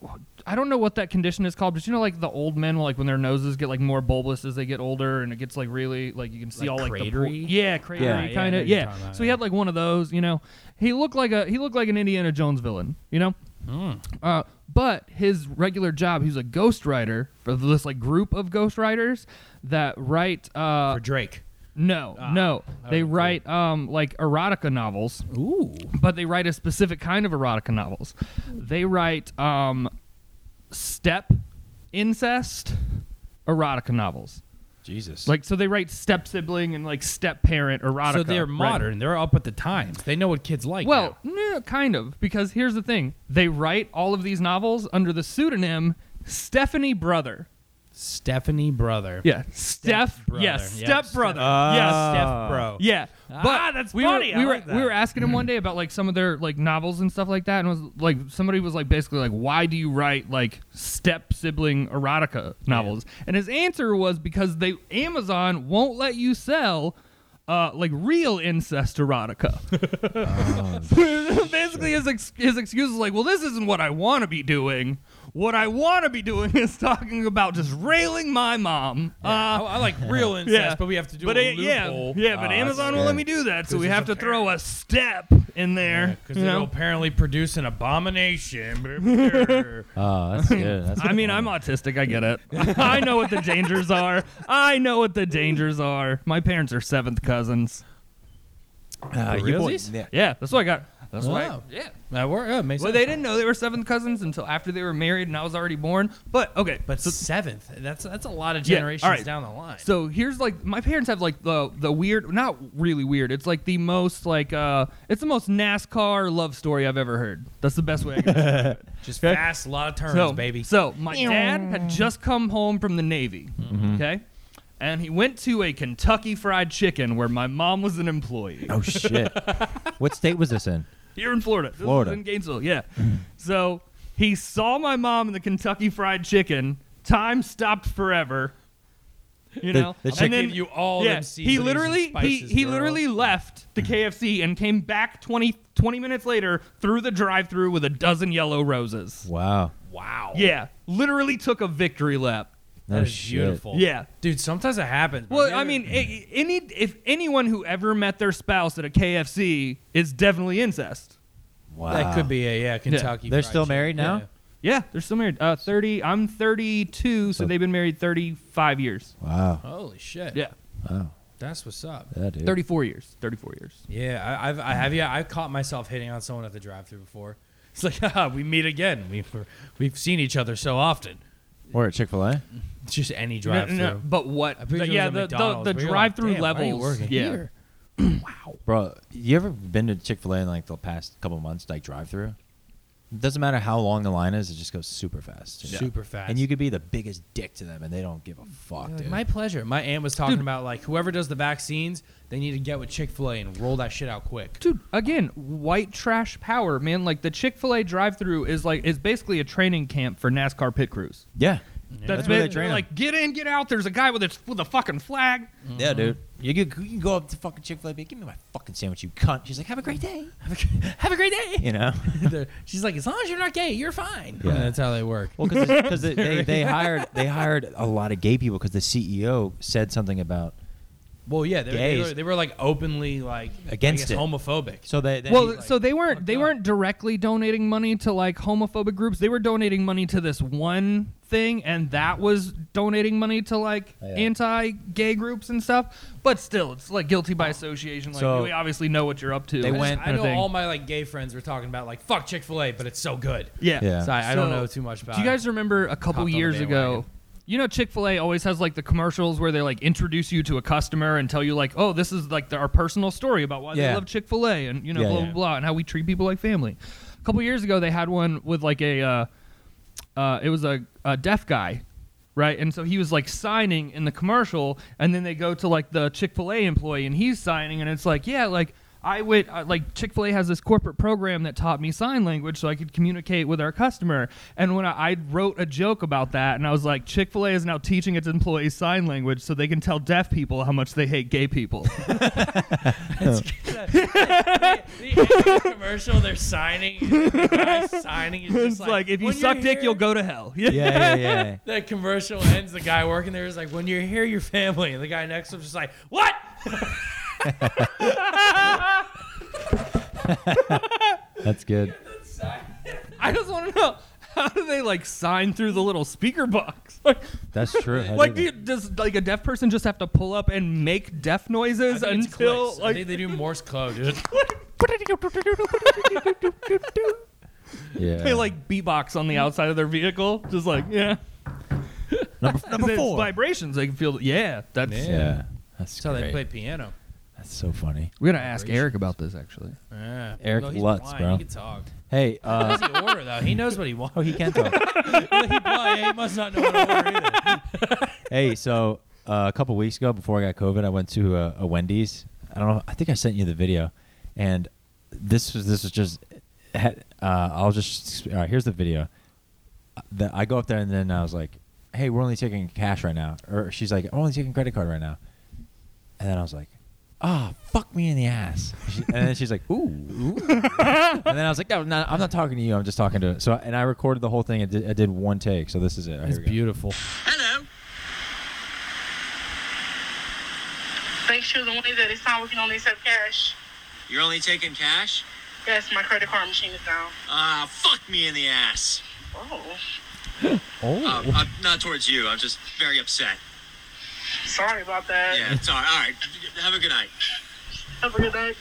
I don't know what that condition is called, but you know, like the old men, like when their noses get like more bulbous as they get older, and it gets like really like you can
Like
see all like the por-
cratery?
yeah, cratery
Yeah,
yeah, I
kind
know what
of
you're
yeah.
talking about,
So he
yeah.
had like one of those, you know. He looked like a he looked like an Indiana Jones villain, you know. Uh, but his regular job, he's a ghostwriter for this like group of ghostwriters that write uh,
For Drake.
No,
Ah,
no.
that
They
would've been cool.
write um, like erotica novels,
Ooh.
but they write a specific kind of erotica novels. They write um, step incest erotica novels.
Jesus.
Like so, they write step sibling and like step parent erotica.
So they're
right?
modern. They're up with the times. They know what kids like.
Well, no, kind of, because here's the thing: they write all of these novels under the pseudonym Stephanie Brother.
now. Stephanie Brother.
Yeah, Steph.
Brother.
Yes,
Yeah,
Step Brother.
Ah.
yes.
Steph Bro.
Yeah,
Ah,
but
that's
we
funny.
Were,
I
we were
like that.
we were asking him one day about like some of their like novels and stuff like that, and was like somebody was like basically like, why do you write like step sibling erotica novels? And his answer was because they Amazon won't let you sell. Uh, like real incest erotica.
Oh,
Basically, his ex- his excuse is like, well, this isn't what I want to be doing. What I want to be doing is talking about just railing my mom. Uh,
I, Oh, I like real incest,
yeah.
but we have to do
but
a
it-
loophole. Ah,
Yeah, yeah but
that's
Amazon won't
good.
let me do that, so we
it's
have
a
to throw a step in there.
Because
you
it'll
know?
apparently produce an abomination.
Oh, that's good. Uh, That's
I mean, I'm autistic. I get it. I know what the dangers are. I know what the dangers are. My parents are seventh cousins.
uh,
you boys-
yeah.
Yeah, that's what I got. That's what I,
Wow.
yeah.
that work, yeah, makes
Well,
sense.
they didn't know they were seventh cousins until after they were married and I was already born. But okay,
But seventh, that's that's a lot of
Yeah, all
generations
right.
down the line.
So here's like my parents have like the the weird, not really weird. It's like the most like uh, it's the most NASCAR love story I've ever heard. That's the best way. I can describe it.
Just fast, a lot of turns,
so
baby.
So my dad had just come home from the Navy,
Mm-hmm.
okay, and he went to a Kentucky Fried Chicken where my mom was an employee.
Oh shit. what state was this in?
Here in Florida. This was
Florida.
in Gainesville, yeah. so he saw my mom in the Kentucky Fried Chicken. Time stopped forever. You
The-
know,
the
chick- Give you all them
he
seasonings and
literally he,
spices,
he
girl.
literally left the
Mm-hmm.
KFC and came back 20, 20 minutes later through the drive-through with a dozen yellow roses.
Wow.
wow.
Yeah, literally took a victory lap.
No
That is
shit.
beautiful.
Yeah.
Dude, sometimes it happens. bro.
Well,
You
I
ever-
mean, a- any if anyone who ever met their spouse at a KFC is definitely incest.
Wow.
that could be a yeah, Kentucky.
They're
Fried
still
Chicken.
married now?
Yeah.
Yeah, they're still married. Uh, thirty. I'm thirty-two, so
So-
they've been married thirty-five years.
Wow.
Holy shit.
Yeah,
Wow.
That's what's up.
Yeah, dude.
thirty-four years. Thirty-four years.
Yeah, I, I've, I have. Yeah, I've caught myself hitting on someone at the drive-through before. It's like, haha, we meet again. We've we've seen each other so often.
Or at Chick Fil A.
It's just any
No, no,
drive-through.
no, but what?
I picture it
but
was
yeah,
at
the, the,
McDonald's,
the
but you're like,
drive-through
"Damn, why are you
levels.
working
yeah,
here?"
Bro, you ever been to Chick Fil A in like the past couple months, like drive through? Doesn't matter how long the line is, it just goes super fast.
Yeah. Super fast.
And you could be the biggest dick to them, and they don't give a fuck,
Like,
dude.
My pleasure. My aunt was talking about like whoever does the vaccines, they need to get with Chick Fil A and roll that shit out quick.
dude. Again, white trash power, man. Like the Chick-fil-A drive-through is like is basically a training camp for NASCAR pit crews.
yeah.
That's
That's where
ba-
they train 'em.
Like get in, get out. There's a guy with a with a fucking flag.
Yeah, dude. You can, you can go up to fucking Chick Fil A, give me my fucking sandwich, you cunt. She's like, "Have a great day,
Have a great day.
you know."
They're- She's like, as long as you're not gay, you're fine.
Yeah.
And that's how they work.
well, because they, they, they hired they hired a lot of gay people because the CEO said something about
Well, yeah, they, they,
Gays.
were, they were like openly like
Against
I
it.
guess, homophobic.
so they, they
well,
like,
so they weren't
fucked
they
up.
weren't directly donating money to like homophobic groups. They were donating money to this one thing, and that was donating money to like
Oh, yeah.
anti-gay groups and stuff. But still, it's like guilty by association. Like
So-
we obviously know what you're up to.
They
kind of
went-
I know
thing.
all my like gay friends were talking about like fuck Chick Fil A, but it's so good.
yeah.
Yeah.
So I, I don't
So,
know too much about.
Do you
it.
guys remember a
Hopped
couple
on the
years ago?
bandwagon.
You know, Chick Fil A always has like the commercials where they like introduce you to a customer and tell you like, "Oh, this is like the, our personal story about why they
Yeah.
love Chick Fil A," and you know,
Yeah,
blah
yeah.
blah blah, and how we treat people like family. A couple years ago, they had one with like a, uh, uh, it was a, a deaf guy, right? And so he was like signing in the commercial, and then they go to like the Chick Fil A employee, and he's signing, and it's like, yeah, like. I went uh, like Chick Fil A has this corporate program that taught me sign language so I could communicate with our customer. And when I, I wrote a joke about that, and I was like, Chick Fil A is now teaching its employees sign language so they can tell deaf people how much they hate gay people.
the end of the commercial, they're signing. and the guy signing is just
it's like, if you
"When
suck
you're
dick,
here-"
you'll go to hell.
yeah yeah yeah
That commercial ends. The guy working there is like, "When you're here, your family." And the guy next to him is just like, "What?"
that's good.
I just want to know How do they like sign through the little speaker box? Like,
That's true. I
like
didn't-
do you, does like a deaf person just have to pull up and make deaf noises
I think it's
until
clicks. I
like?
think they do Morse code. dude.
yeah.
They like beatbox on the outside of their vehicle, just like yeah.
number, number
It's
four.
vibrations. They can feel. Yeah, that's.
Yeah.
yeah. That's,
That's how they
great.
play piano.
That's so funny.
We're gonna ask Eric about this actually.
Yeah.
Eric
Although he's
Lutz,
blind,
bro.
He can talk.
Hey,
He
uh,
doesn't order though. He knows what he wants.
oh, he can talk.
he, blind, he must not know what to order either.
hey, so uh, a couple weeks ago, before I got COVID, I went to a, a Wendy's. I don't know. I think I sent you the video, and this was this was just. it had- Uh, I'll just. All right, here's the video. Uh, The, I go up there and then I was like, "Hey, we're only taking cash right now," or she's like, "I'm only taking credit card right now," and then I was like. Ah, fuck me in the ass. She- and then she's like, ooh. ooh. and then I was like, no, no, I'm not talking to you. I'm just talking to. So, and I recorded the whole thing. I did, I did one take. So this is it. All right,
It's
here we go.
beautiful.
Hello. Make sure the way that it's not working only accept cash.
You're only taking cash?
Yes, my credit card machine is down.
Ah, fuck me in the ass.
Oh,
Oh.
Uh, I'm not towards you. I'm just very upset.
sorry about that.
Yeah, it's all right. All right. Have a good night.
Have a good night.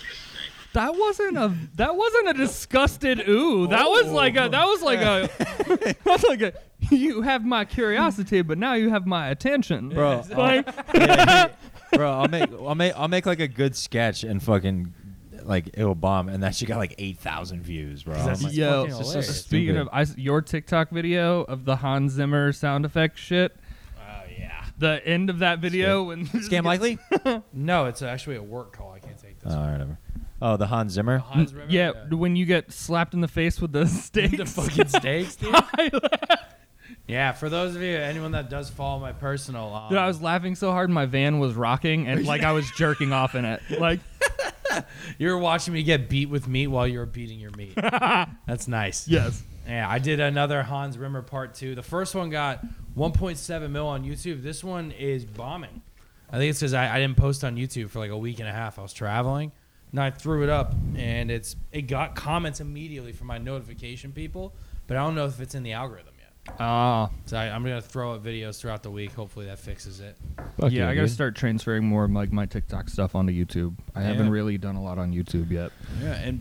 That wasn't a that wasn't a disgusted ooh. That was
Oh,
like a that was like a that's like a you have my curiosity, but now you have my attention,
Bro,
Like,
Bro, I'll make I'll make I'll make like a good sketch and fucking like it'll bomb and that shit got like eight thousand views, bro.
That's
I'm like,
yo,
fucking
so
hilarious.
speaking of I, s- your TikTok video of the Hans Zimmer sound effect shit,
Oh yeah.
the end of that video when
scam likely?
No, it's actually a work call. I can't take this.
Oh, all right, whatever. Oh, the Hans Zimmer.
Hans Zimmer?
yeah, when you get slapped in the face with the steak.
the fucking steaks, dude. yeah, for those of you, anyone that does follow my personal, um,
Dude, I was laughing so hard my van was rocking and like I was jerking off in it. Like
you were watching me get beat with meat while you were beating your meat. That's nice.
yes.
Yeah, I did another Hans Rimmer part two. The first one got 1.7 mil on YouTube. This one is bombing. I think it's because I, I didn't post on YouTube for like a week and a half. I was traveling, and I threw it up, and it's it got comments immediately from my notification people, but I don't know if it's in the algorithm yet.
Ah.
So I, I'm gonna throw up videos throughout the week. Hopefully that fixes it.
Fuck
yeah, I gotta
dude.
start transferring more of like my TikTok stuff onto YouTube. I haven't
Yeah.
really done a lot on YouTube yet.
Yeah, and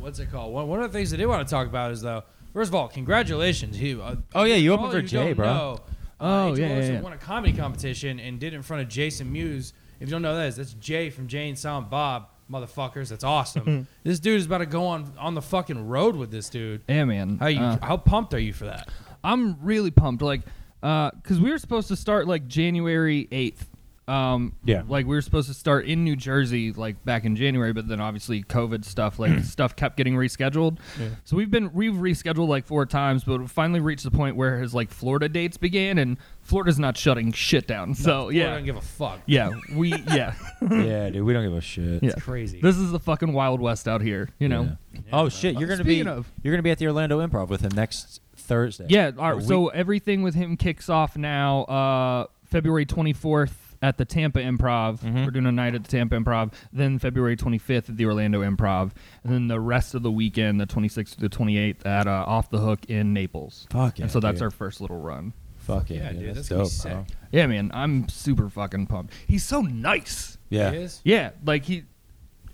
what's it called? One, one of the things I did want to talk about is though, first of all, congratulations, you. Uh,
Oh, yeah, you
all
opened for
you
Jay,
don't
bro.
know,
Oh,
uh,
yeah,
yeah,
yeah, yeah.
won a comedy competition and did it in front of Jason Mewes. If you don't know that, is that's Jay from Jay and Silent Bob, motherfuckers. That's awesome. this dude is about to go on on the fucking road with this dude.
Yeah, man.
How you?
Uh,
how pumped are you for that?
I'm really pumped. Like, uh, cause we were supposed to start like January eighth. Um,
Yeah.
Like we were supposed to start in New Jersey, like back in January, but then obviously COVID stuff, like stuff kept getting rescheduled. So we've been we've rescheduled like four times, but we finally reached the point where his like Florida dates began, and Florida's not shutting shit down. So
I
yeah,
don't give a fuck.
yeah, we yeah.
yeah, dude, we don't give a shit.
Yeah.
Crazy.
This is the fucking Wild West out here, you know.
Yeah. oh shit, you're gonna be
Speaking of-
you're gonna be at the Orlando Improv with him next Thursday.
Yeah,
A
all right,
week-
so everything with him kicks off now uh, February 24th at the Tampa Improv.
Mm-hmm.
We're doing a night at the Tampa Improv, then February 25th at the Orlando Improv, and then the rest of the weekend, the 26th to the 28th at uh, Off the Hook in Naples.
Fuck yeah,
And so that's
dude.
our first little run.
fuck yeah,
Yeah, dude,
that's,
that's gonna be
dope, bro.
sick.
Yeah, man, I'm super fucking pumped. He's so nice.
Yeah,
It is?
Yeah, like he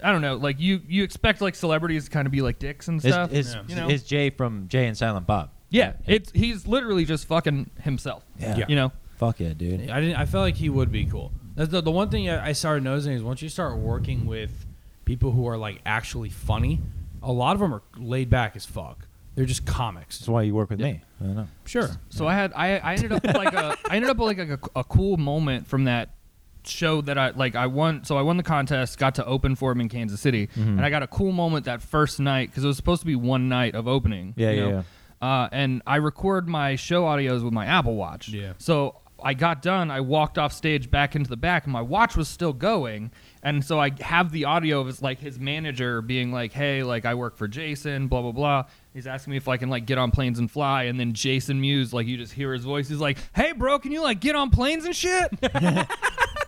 I don't know, like you you expect like celebrities to kind of be like dicks and
is,
stuff.
is,
Yeah.
You know?
is Jay from Jay and Silent Bob?
Yeah, it's he's literally just fucking himself.
Yeah. Yeah.
you know.
Fuck yeah, dude.
I didn't. I felt like he would be cool. That's the, the one thing I I started noticing is once you start working with people who are like actually funny, a lot of them are laid back as fuck. They're just comics.
That's why you work with me. I don't know.
Sure.
So I had I, I ended up with like a I ended up with like a, a cool moment from that show that I like I won so I won the contest got to open for him in Kansas City
Mm-hmm.
and I got a cool moment that first night because it was supposed to be one night of opening
Yeah,
you
yeah,
know? Uh, and I record my show audios with my Apple Watch
Yeah.
so I got done I walked off stage back into the back and my watch was still going and so I have the audio of his like his manager being like hey like I work for Jason blah blah blah he's asking me if I can like get on planes and fly and then Jason Mewes like you just hear his voice he's like hey bro can you like get on planes and shit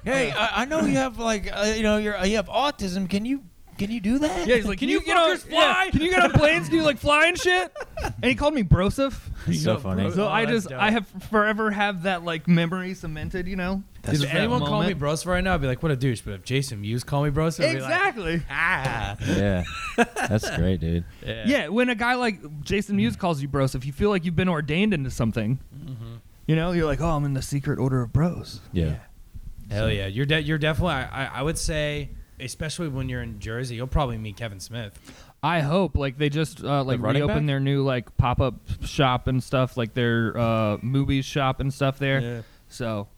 Hey, I, I know you have like uh, you know you're you have autism. Can you Can you do that?
Yeah, he's like,
Can
can,
you
you, get on
fuckers fly?"
yeah, can you get on planes? Do you like fly and shit? And he called me Brosif.
It's so funny.
So
Oh,
I
that's
just
dope.
I have forever have that like memory cemented, you know.
If
Just that
anyone call me
moment.
bros for right now, I'd be like, what a douche. But if Jason Mewes call me bros, I'd be like,
Exactly.
ah.
Yeah, that's great, dude.
Yeah, when a guy like Jason Mewes calls you Bros, if you feel like you've been ordained into something, you know, you're like, oh, I'm in the secret order of Bros.
Yeah,
Hell yeah, you're de- you're definitely. I, I I would say, especially when you're in Jersey, you'll probably meet Kevin Smith.
I hope like they just uh, like
running
reopen
back?
their new like pop up shop and stuff, like their uh, movies shop and stuff there.
Yeah.
So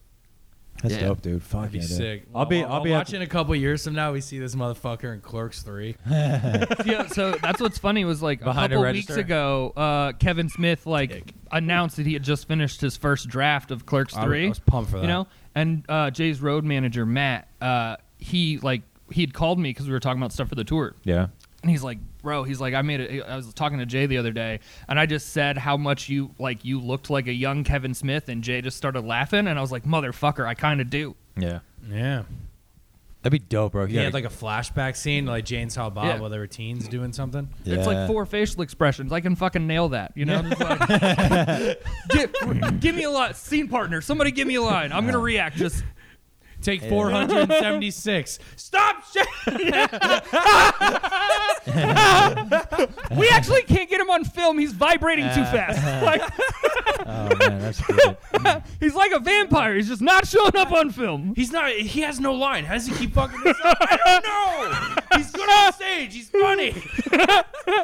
that's
Yeah.
dope, dude. Fuck
That'd be
yeah, dude.
sick.
I'll be.
Well,
I'll be. at
watching a couple years from now. We see this motherfucker in Clerks Three.
yeah, uh, so that's what's funny was like a
Behind a
couple
register.
weeks ago, uh, Kevin Smith like announced that he had just finished his first draft of Clerks
I was-
Three.
I was pumped for that.
You know, and uh, Jay's road manager Matt, uh, he like he had called me because we were talking about stuff for the tour.
yeah.
And he's like, bro, he's like, I made it. I was talking to Jay the other day, and I just said how much you like you looked like a young Kevin Smith, and Jay just started laughing, and I was like, motherfucker, I kind of do.
Yeah.
Yeah,
That'd be dope, bro. You
he had
gotta-
like a flashback scene, like Jane saw Bob
Yeah.
while they were teens doing something.
It's
Yeah.
like four facial expressions. I can fucking nail that. You know, I'm just like, give, give me a line. Scene partner, somebody give me a line. I'm gonna react. Just
Take 476. Stop shit.
we actually can't get him on film. He's vibrating too
Uh,
fast. Like
oh man, that's good.
he's like a vampire. He's just not showing up on film.
He's not. He has no line. How does he keep fucking this up? I don't know. He's good on stage. He's funny.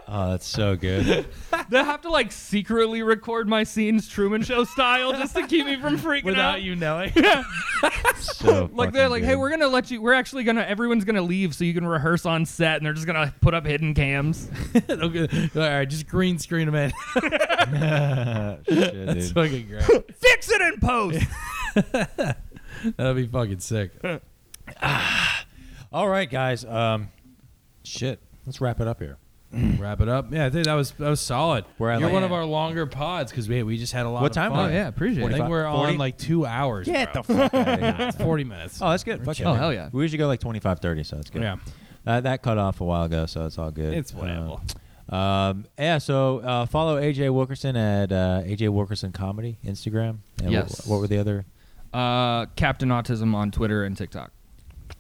Oh, that's so good.
They have to like secretly record my scenes Truman Show style just to keep me from freaking out.
Without you knowing.
So
Like they're like, hey, we're gonna let you. We're actually gonna. Everyone's gonna leave so you can rehearse on set, and they're just gonna put up hidden cams.
okay. All right, just green screen him in.
gonna. Shit,
That's
dude.
fucking great.
Fix it in post.
That'd be fucking sick.
All right, guys. Um, shit. Let's wrap it up here.
Wrap it up. Yeah, I think that was that was solid.
We're at
You're
like-
one of our longer pods because we we just had a lot.
What
of
time
Fun.
are we? Oh, yeah,
appreciate
I think
45,
we're
40?
on like two hours. bro.
fuck out
It's Forty minutes.
Oh, that's good. Fuck
chilling. Oh, hell yeah.
We usually go like 25, 30, so that's good.
Yeah.
Uh, that cut off a while ago, so it's all good.
It's whatever.
Uh, um, yeah, so uh, follow AJ Wilkerson at uh, AJ Wilkerson Comedy Instagram. And wh-
Yes.
What, were the other?
Uh, Captain Autism on Twitter and TikTok.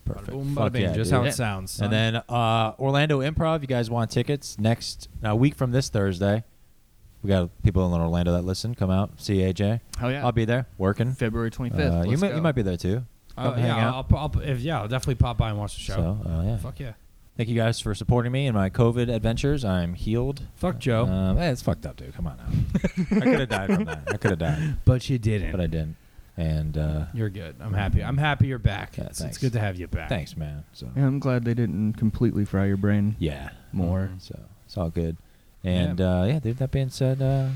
Perfect.
Boom, bada
Fuck
bing,
yeah,
just
dude.
how
Yeah.
it sounds. son.
And then uh, Orlando Improv. You guys want tickets next a week from this Thursday? We got people in Orlando that listen. Come out, see AJ.
Hell yeah.
I'll be there working.
February 25th.
Uh, you
Let's
might
go.
you might be there too.
Uh,
Come hang
yeah,
out.
I'll, I'll, I'll, if, yeah, I'll definitely pop by and watch the show.
So uh, yeah.
Fuck yeah.
Thank you guys for supporting me in my COVID adventures. I'm healed.
Fuck Joe.
Um, eh, it's fucked up, dude. Come on now. I could have died from that. I could have died,
but you didn't.
but I didn't. And uh,
You're good. I'm happy. I'm happy you're back.
Yeah,
it's,
thanks.
it's good to have you back.
thanks, man. So
Yeah, I'm glad they didn't completely fry your brain
yeah,
more.
so it's all good. And yeah, uh, yeah dude. That being said, uh,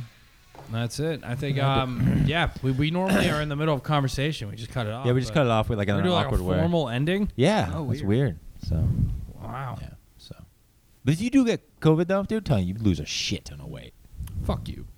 That's it. I think. Um. yeah. We, we normally are in the middle of conversation. We just cut it off.
yeah, we just
but
cut it off with like
We're
an
doing like a
awkward way.
formal ending.
Yeah,
Oh,
it's weird. So
Wow.
yeah, so. But if you do get COVID though, dude, I'm telling you, you lose a shit ton of weight.
Fuck you.